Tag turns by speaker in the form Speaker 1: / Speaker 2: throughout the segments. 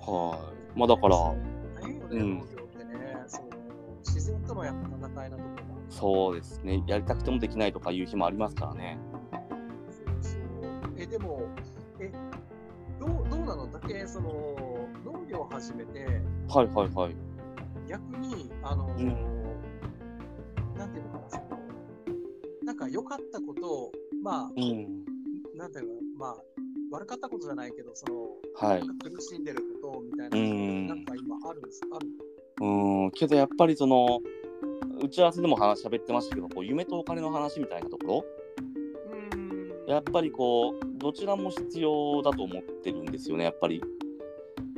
Speaker 1: はい。まあだから、
Speaker 2: ないよね、
Speaker 1: うん
Speaker 2: 農業ってね。そう自然とのやっぱ戦いなとこが。
Speaker 1: そうですね。やりたくてもできないとかいう日もありますからね。
Speaker 2: そうそう。え、でも、え、どうどうなのだけ、その、農業を始めて、
Speaker 1: はいはいはい。
Speaker 2: 逆に、あの、
Speaker 1: うん
Speaker 2: なんていうのかな、その、なんか良かったことを、まあ、
Speaker 1: うん。
Speaker 2: なんていうのかな、まあ、悪かったことじゃないけど、その、
Speaker 1: はい。
Speaker 2: なんか苦しんでることみたいな、
Speaker 1: うん
Speaker 2: なんか今あるんですある
Speaker 1: うーん、けどやっぱりその、打ち合わせでも話喋ってましたけど、こう夢とお金の話みたいなとこ
Speaker 2: うん
Speaker 1: ろ、やっぱりこう、どちらも必要だと思ってるんですよね、やっぱり。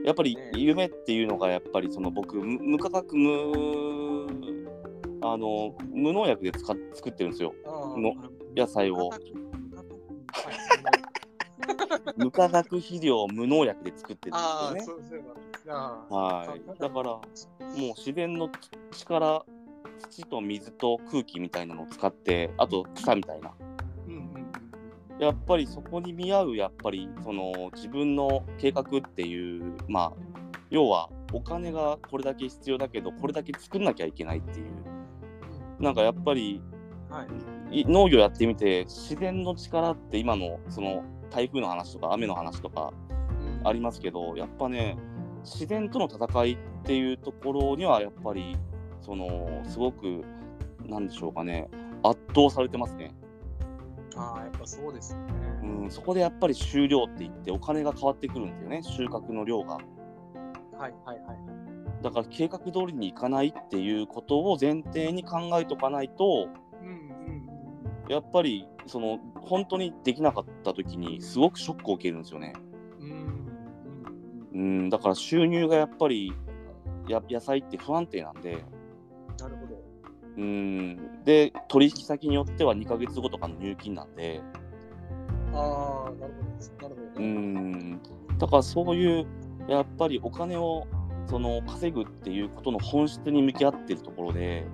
Speaker 1: やっぱり
Speaker 2: ね
Speaker 1: 夢っていうのが、やっぱりその僕、無無価格、無、あの、無農薬で使っ作ってるんですよ。の野菜 を 無化学肥料、無農薬で作ってる
Speaker 2: あ
Speaker 1: ん
Speaker 2: あ
Speaker 1: で
Speaker 2: ー、
Speaker 1: すよね。
Speaker 2: そうそうなんですね。あー
Speaker 1: はい。だから、もう自然の力、土と水と空気みたいなのを使って、あと草みたいな。
Speaker 2: うんうん
Speaker 1: やっぱりそこに見合うやっぱりその自分の計画っていうまあ要はお金がこれだけ必要だけどこれだけ作んなきゃいけないっていうなんかやっぱり
Speaker 2: はい。
Speaker 1: い農業やってみて自然の力って今のその台風の話とか雨の話とかありますけどやっぱね自然との戦いっていうところにはやっぱりそのすごくなんでしょうかね圧倒されてますね。
Speaker 2: ああ、やっぱそうですね。
Speaker 1: うん、そこでやっぱり収量って言ってお金が変わってくるんですよね収穫の量が
Speaker 2: はいはいはい。
Speaker 1: だから計画通りにいかないっていうことを前提に考えとかないと
Speaker 2: うんうん
Speaker 1: やっぱりその本当にできなかった時にすごくショックを受けるんですよね
Speaker 2: うん。うんう
Speaker 1: うんんだから収入がやっぱりや野菜って不安定なんで
Speaker 2: なるほど。
Speaker 1: うんで取引先によっては2ヶ月後とかの入金なんで
Speaker 2: ああ、なるほどです。なるほ
Speaker 1: う
Speaker 2: どね。
Speaker 1: んだからそういうやっぱりお金をその稼ぐっていうことの本質に向き合ってるところで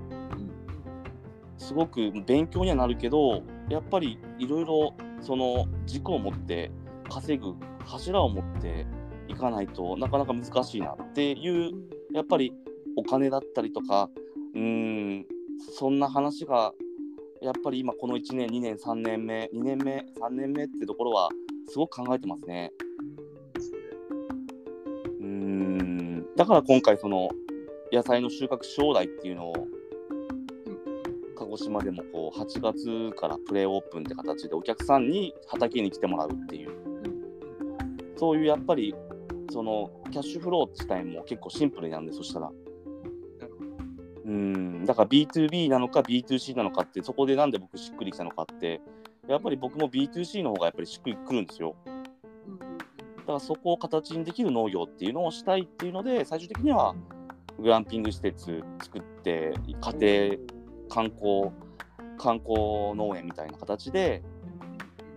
Speaker 1: すごく勉強にはなるけどやっぱりいろいろその軸を持って稼ぐ柱を持っていかないとなかなか難しいなっていうやっぱりお金だったりとかうーんそんな話がやっぱり今この1年2年3年目2年目3年目ってところはすごく考えてますね。
Speaker 2: うんそれ
Speaker 1: うーんだから今回その野菜の収穫将来っていうのを鹿児島でもこう8月からプレーオープンって形でお客さんに畑に来てもらうっていうそういうやっぱりそのキャッシュフロー自体も結構シンプルになるんでそしたら
Speaker 2: なるほ
Speaker 1: うーんだから B2B なのか B2C なのかってそこでなんで僕しっくりきたのかってやっぱり僕も B2C の方がやっぱりしっくりくるんですよ
Speaker 2: うんうん
Speaker 1: だからそこを形にできる農業っていうのをしたいっていうので最終的にはグランピング施設作って家庭観光観光農園みたいな形で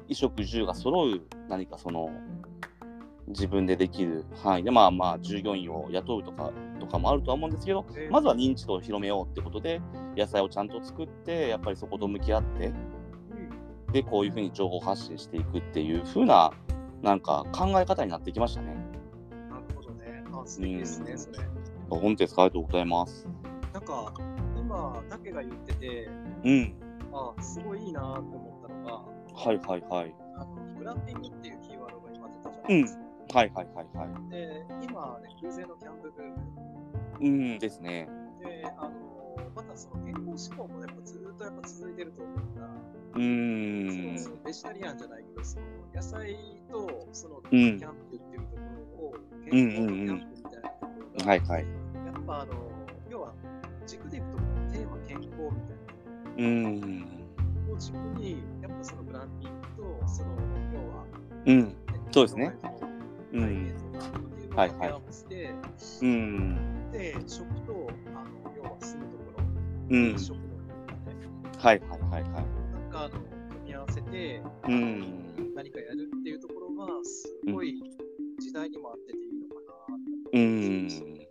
Speaker 1: 衣食住が揃う何かその自分でできる範囲でまあまあ従業員を雇うとかとかもあるとは思うんですけど
Speaker 2: えー
Speaker 1: まずは認知度を広めようってことで野菜をちゃんと作ってやっぱりそこと向き合って
Speaker 2: うん
Speaker 1: でこういうふうに情報発信していくっていう風ななんか考え方になってきましたね。
Speaker 2: なるほどね。あ、素敵です
Speaker 1: う
Speaker 2: ね、
Speaker 1: ん
Speaker 2: それ。
Speaker 1: 本日ありがとうございます。
Speaker 2: なんか、今、だけが言ってて、
Speaker 1: うん。
Speaker 2: あ、すごいいいなーって思ったのが、
Speaker 1: はいはいはい。
Speaker 2: あのグランピングっていうキーワードが今出たじゃな
Speaker 1: う
Speaker 2: い
Speaker 1: ん
Speaker 2: ですか。。
Speaker 1: はいはいはいは
Speaker 2: で、今、ね、空前のキャンプブーム
Speaker 1: い。うんですね。
Speaker 2: で、あのまたその健康志向もやっぱずーっとやっぱ続いてると思うから、
Speaker 1: うーん。
Speaker 2: そのベジタリアンじゃないけど、その野菜とその
Speaker 1: う
Speaker 2: キャン
Speaker 1: ん
Speaker 2: プっていうところを、
Speaker 1: ん
Speaker 2: 健康とキャンプみたいなところが、
Speaker 1: はいはい。
Speaker 2: やっぱあの要は軸でいくとテーマ健康みたいな
Speaker 1: うーん。
Speaker 2: を軸に、やっぱそのグランピングと、その要は、
Speaker 1: うん。そうですね。う
Speaker 2: 体
Speaker 1: ん。
Speaker 2: 験とかっていうのを
Speaker 1: はいはい
Speaker 2: 掛け合わせて、
Speaker 1: うん。
Speaker 2: で、食と、あの、要は住むとこ
Speaker 1: う
Speaker 2: ろ、
Speaker 1: ん。
Speaker 2: 食の部分ね、
Speaker 1: はいはいはいはい。
Speaker 2: なんかあの、組み合わせて、
Speaker 1: うん
Speaker 2: 何かやるっていうところは、すごい時代にも合ってていいのかなって
Speaker 1: う
Speaker 2: 思います。
Speaker 1: ん。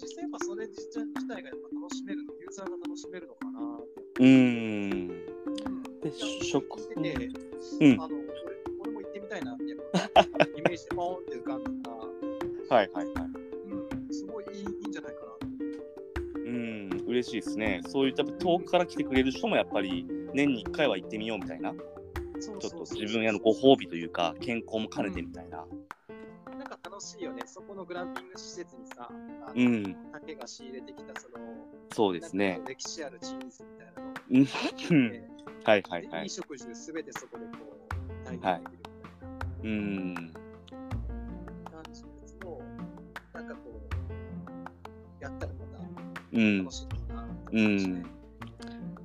Speaker 2: 実際やっぱそれ自体自体がやっぱ楽しめるの、ユーザーが楽しめるのかなって。
Speaker 1: うん。
Speaker 2: うん
Speaker 1: で、食。
Speaker 2: 聞いてて、
Speaker 1: うん
Speaker 2: あの俺、俺も行ってみたいなって、やっぱイメージでポーンって浮かんだから、
Speaker 1: はいはいはい。
Speaker 2: うん、すごいいいいいんじゃないかな。
Speaker 1: うん、嬉しいですね。そういう、やっぱ遠くから来てくれる人もやっぱり年に1回は行ってみようみたいな、ち
Speaker 2: そう
Speaker 1: ょっ
Speaker 2: そ
Speaker 1: と
Speaker 2: うそう
Speaker 1: 自分へのご褒美というか、健康も兼ねてみたいな。
Speaker 2: なんか楽しいよね、そこのグランピング施設にさ、あの
Speaker 1: うん、
Speaker 2: 竹が仕入れてきたその、
Speaker 1: そうです
Speaker 2: な
Speaker 1: ね
Speaker 2: ん。か歴史あるチーズみたいなのを
Speaker 1: うん
Speaker 2: 買っ
Speaker 1: うん
Speaker 2: て、
Speaker 1: はいはいは
Speaker 2: で
Speaker 1: い
Speaker 2: 飲。食中すべてそこでこう、体験できるみたいな。
Speaker 1: うん、
Speaker 2: 感じのやつを、なんかこう、やったらまた
Speaker 1: うん
Speaker 2: 楽、しいかな、
Speaker 1: うん。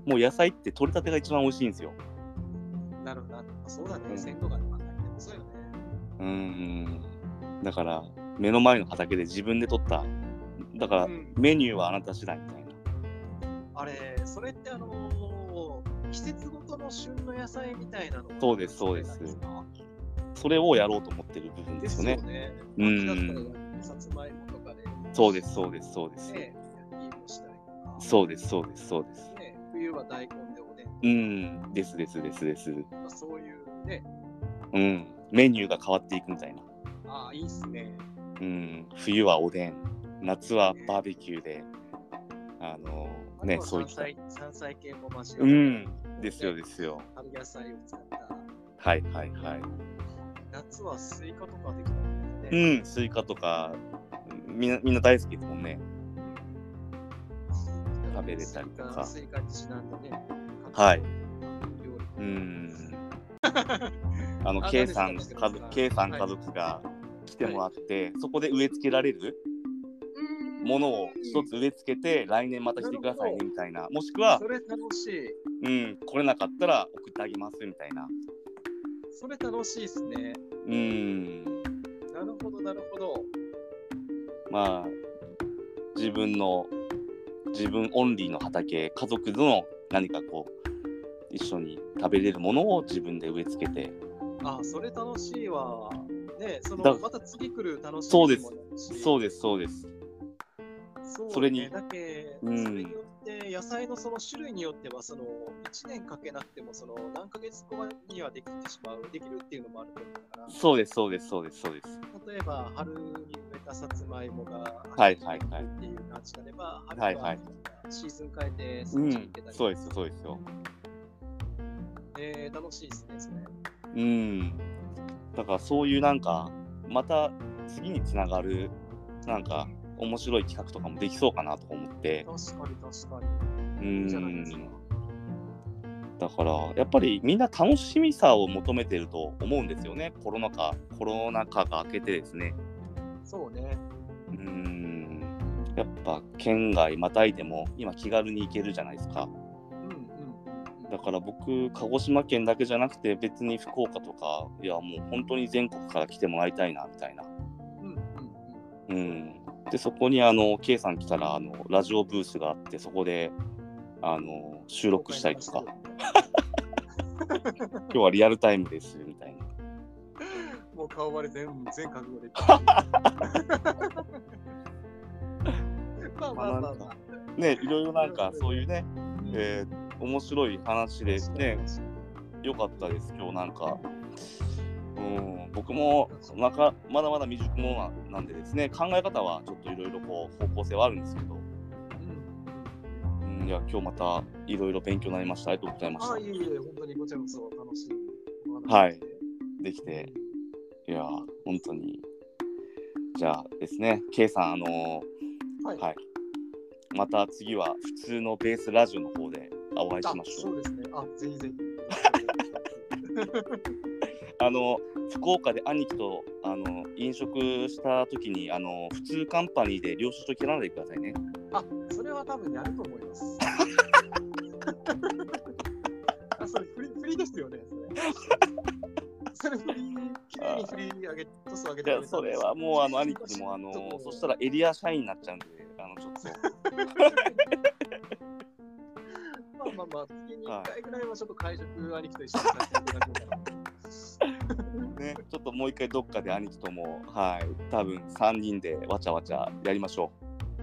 Speaker 1: もう野菜って取れたてが一番美味しいんですよ。
Speaker 2: なるほどな。あそうだ
Speaker 1: う
Speaker 2: ね、
Speaker 1: ん
Speaker 2: 鮮度がなかったけど、そうよね。
Speaker 1: うん、だから、目の前の畑で自分で取った、だから
Speaker 2: うん、
Speaker 1: メニューはあなた次第みたいな。
Speaker 2: あれ、それってあのー季節ごとの旬の野菜みたいなの
Speaker 1: そうですそうです
Speaker 2: ですか
Speaker 1: それをやろうと思ってる部分で
Speaker 2: ですす
Speaker 1: よ
Speaker 2: よ
Speaker 1: ね。
Speaker 2: ね。
Speaker 1: う
Speaker 2: 秋だったら
Speaker 1: ん、
Speaker 2: さつまいもとかで、
Speaker 1: そうです、そうです、そうです。
Speaker 2: ね、焼き芋したりとか、
Speaker 1: そうです、そうです、そうです。
Speaker 2: ね、冬は大根でおでんとか、
Speaker 1: うん、ですですですです。
Speaker 2: まあ、そういうね、
Speaker 1: うん、メニューが変わっていくみたいな。
Speaker 2: ああ、いいっすね。
Speaker 1: うん、冬はおでん、夏はバーベキューで、あの
Speaker 2: あ
Speaker 1: ね、
Speaker 2: とは
Speaker 1: そういっ
Speaker 2: 山
Speaker 1: た。
Speaker 2: 菜山菜系もマシ
Speaker 1: うん、ですよですよ。
Speaker 2: 春野菜を使った
Speaker 1: はいはいはい。
Speaker 2: 夏はスイカとかできたんだよね。
Speaker 1: うん、スイカとか、みんなみんな大好きですもんね。食べれたりとか
Speaker 2: スイカスイカにちなんでね。
Speaker 1: はい
Speaker 2: 料
Speaker 1: うん。あの、
Speaker 2: あ
Speaker 1: K さん、
Speaker 2: 何です
Speaker 1: 家
Speaker 2: か
Speaker 1: 族 K さん家族が来てもらって、そこで植え付けられる
Speaker 2: 理。
Speaker 1: ものを一つ植え付けて、来年また来てくださいねみたいな。もしくは
Speaker 2: そ、れ楽しい。
Speaker 1: うん、来れなかったら送ってあげますみたいな。
Speaker 2: それ楽しいですね。
Speaker 1: うん。
Speaker 2: なるほど、なるほど。
Speaker 1: まあ、自分の、自分オンリーの畑、家族との何かこう、一緒に食べれるものを自分で植え付けて、
Speaker 2: あ、それ楽しいわ。ね、そ
Speaker 1: だ
Speaker 2: のまた次来る楽しい
Speaker 1: そうです
Speaker 2: そ
Speaker 1: そううです、そうです。
Speaker 2: そうね
Speaker 1: それに
Speaker 2: だけ、
Speaker 1: うん
Speaker 2: それによって野菜のその種類によってはその1年かけなくてもその何ヶ月後にはできてしまうできるっていうのもあると思うから。
Speaker 1: そうです、そうです、そうです、そうです。
Speaker 2: 例えば春に植えたさつまいもが
Speaker 1: はいはいはい
Speaker 2: っていう感じであれば、
Speaker 1: はいはい
Speaker 2: 春はシーズン変えて
Speaker 1: う
Speaker 2: そっちに行
Speaker 1: ん
Speaker 2: けた、り
Speaker 1: そうです、そうですよ。
Speaker 2: えー楽しいですねそれ
Speaker 1: うん。だからそういうなんか、また次につながる、なんか、面白い企画とかもできそうかなとか思って。
Speaker 2: 確かに確か
Speaker 1: う
Speaker 2: にいい
Speaker 1: ん
Speaker 2: じゃないですか
Speaker 1: だからやっぱりみんな楽しみさを求めてると思うんですよねコロナ禍コロナ禍が明けてですね
Speaker 2: そうね
Speaker 1: うーんやっぱ県外またいでも今気軽に行けるじゃないですか
Speaker 2: うんうんうん
Speaker 1: だから僕鹿児島県だけじゃなくて別に福岡とかいやもう本当に全国から来てもらいたいなみたいな
Speaker 2: うんうんうん
Speaker 1: うんでそこにあの K さん来たらあのラジオブースがあってそこであの収録したりとか今日はリアルタイムですみたいな
Speaker 2: もう顔割れ全全覚悟で ま あまあまあまあ
Speaker 1: ね、いろいろなんかそういうね、えー面白い話でね、良かったです、今日なんか。うん、僕もなかまだまだ未熟者ななんでですね、考え方はちょっといろいろこう方向性はあるんですけど、
Speaker 2: うん
Speaker 1: うん、いや、今日またいろいろ勉強になりました。ありがとうございまし
Speaker 2: あ
Speaker 1: た
Speaker 2: あ、い。えいえ、本当にこちらこそ楽しいお話で。
Speaker 1: はいできて、いや、本当に。じゃあですね、K さん、あの
Speaker 2: はい。
Speaker 1: ーはい。また次は普通のベースラジオの方でお会い
Speaker 2: あ
Speaker 1: しましょう
Speaker 2: そ。うですね。あ、ぜひぜひ。
Speaker 1: あの福岡で兄貴とあの飲食した時にあの普通カンパニーで領収書切らないでくださいね。
Speaker 2: あ、それは多分やると思 います。あ、それフリ、フリですよね。それ。それフリ、きれいにフリ上げ、トス上げ
Speaker 1: い
Speaker 2: てく
Speaker 1: や
Speaker 2: れた
Speaker 1: そ
Speaker 2: んで
Speaker 1: れ
Speaker 2: す
Speaker 1: はもうあの兄貴もあ
Speaker 2: ちょっと
Speaker 1: の
Speaker 2: もう
Speaker 1: そしたらエリア社員になっちゃうんであのちょっと
Speaker 2: まあまあまあ、月に1回ぐらいはちょっと会食兄貴と一緒にさせていただこうかな。
Speaker 1: ねちょっともう一回どっかで兄貴ともはい多分3人でわちゃわちゃやりましょ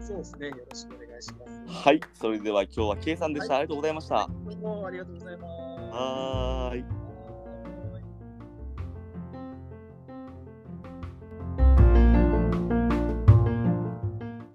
Speaker 2: そうですね。よろしくお願いしま
Speaker 1: う。
Speaker 2: す。
Speaker 1: はいそれでは今日は K さんでした、ありがとうございました。
Speaker 2: どうもありがとうございます。
Speaker 1: はーい。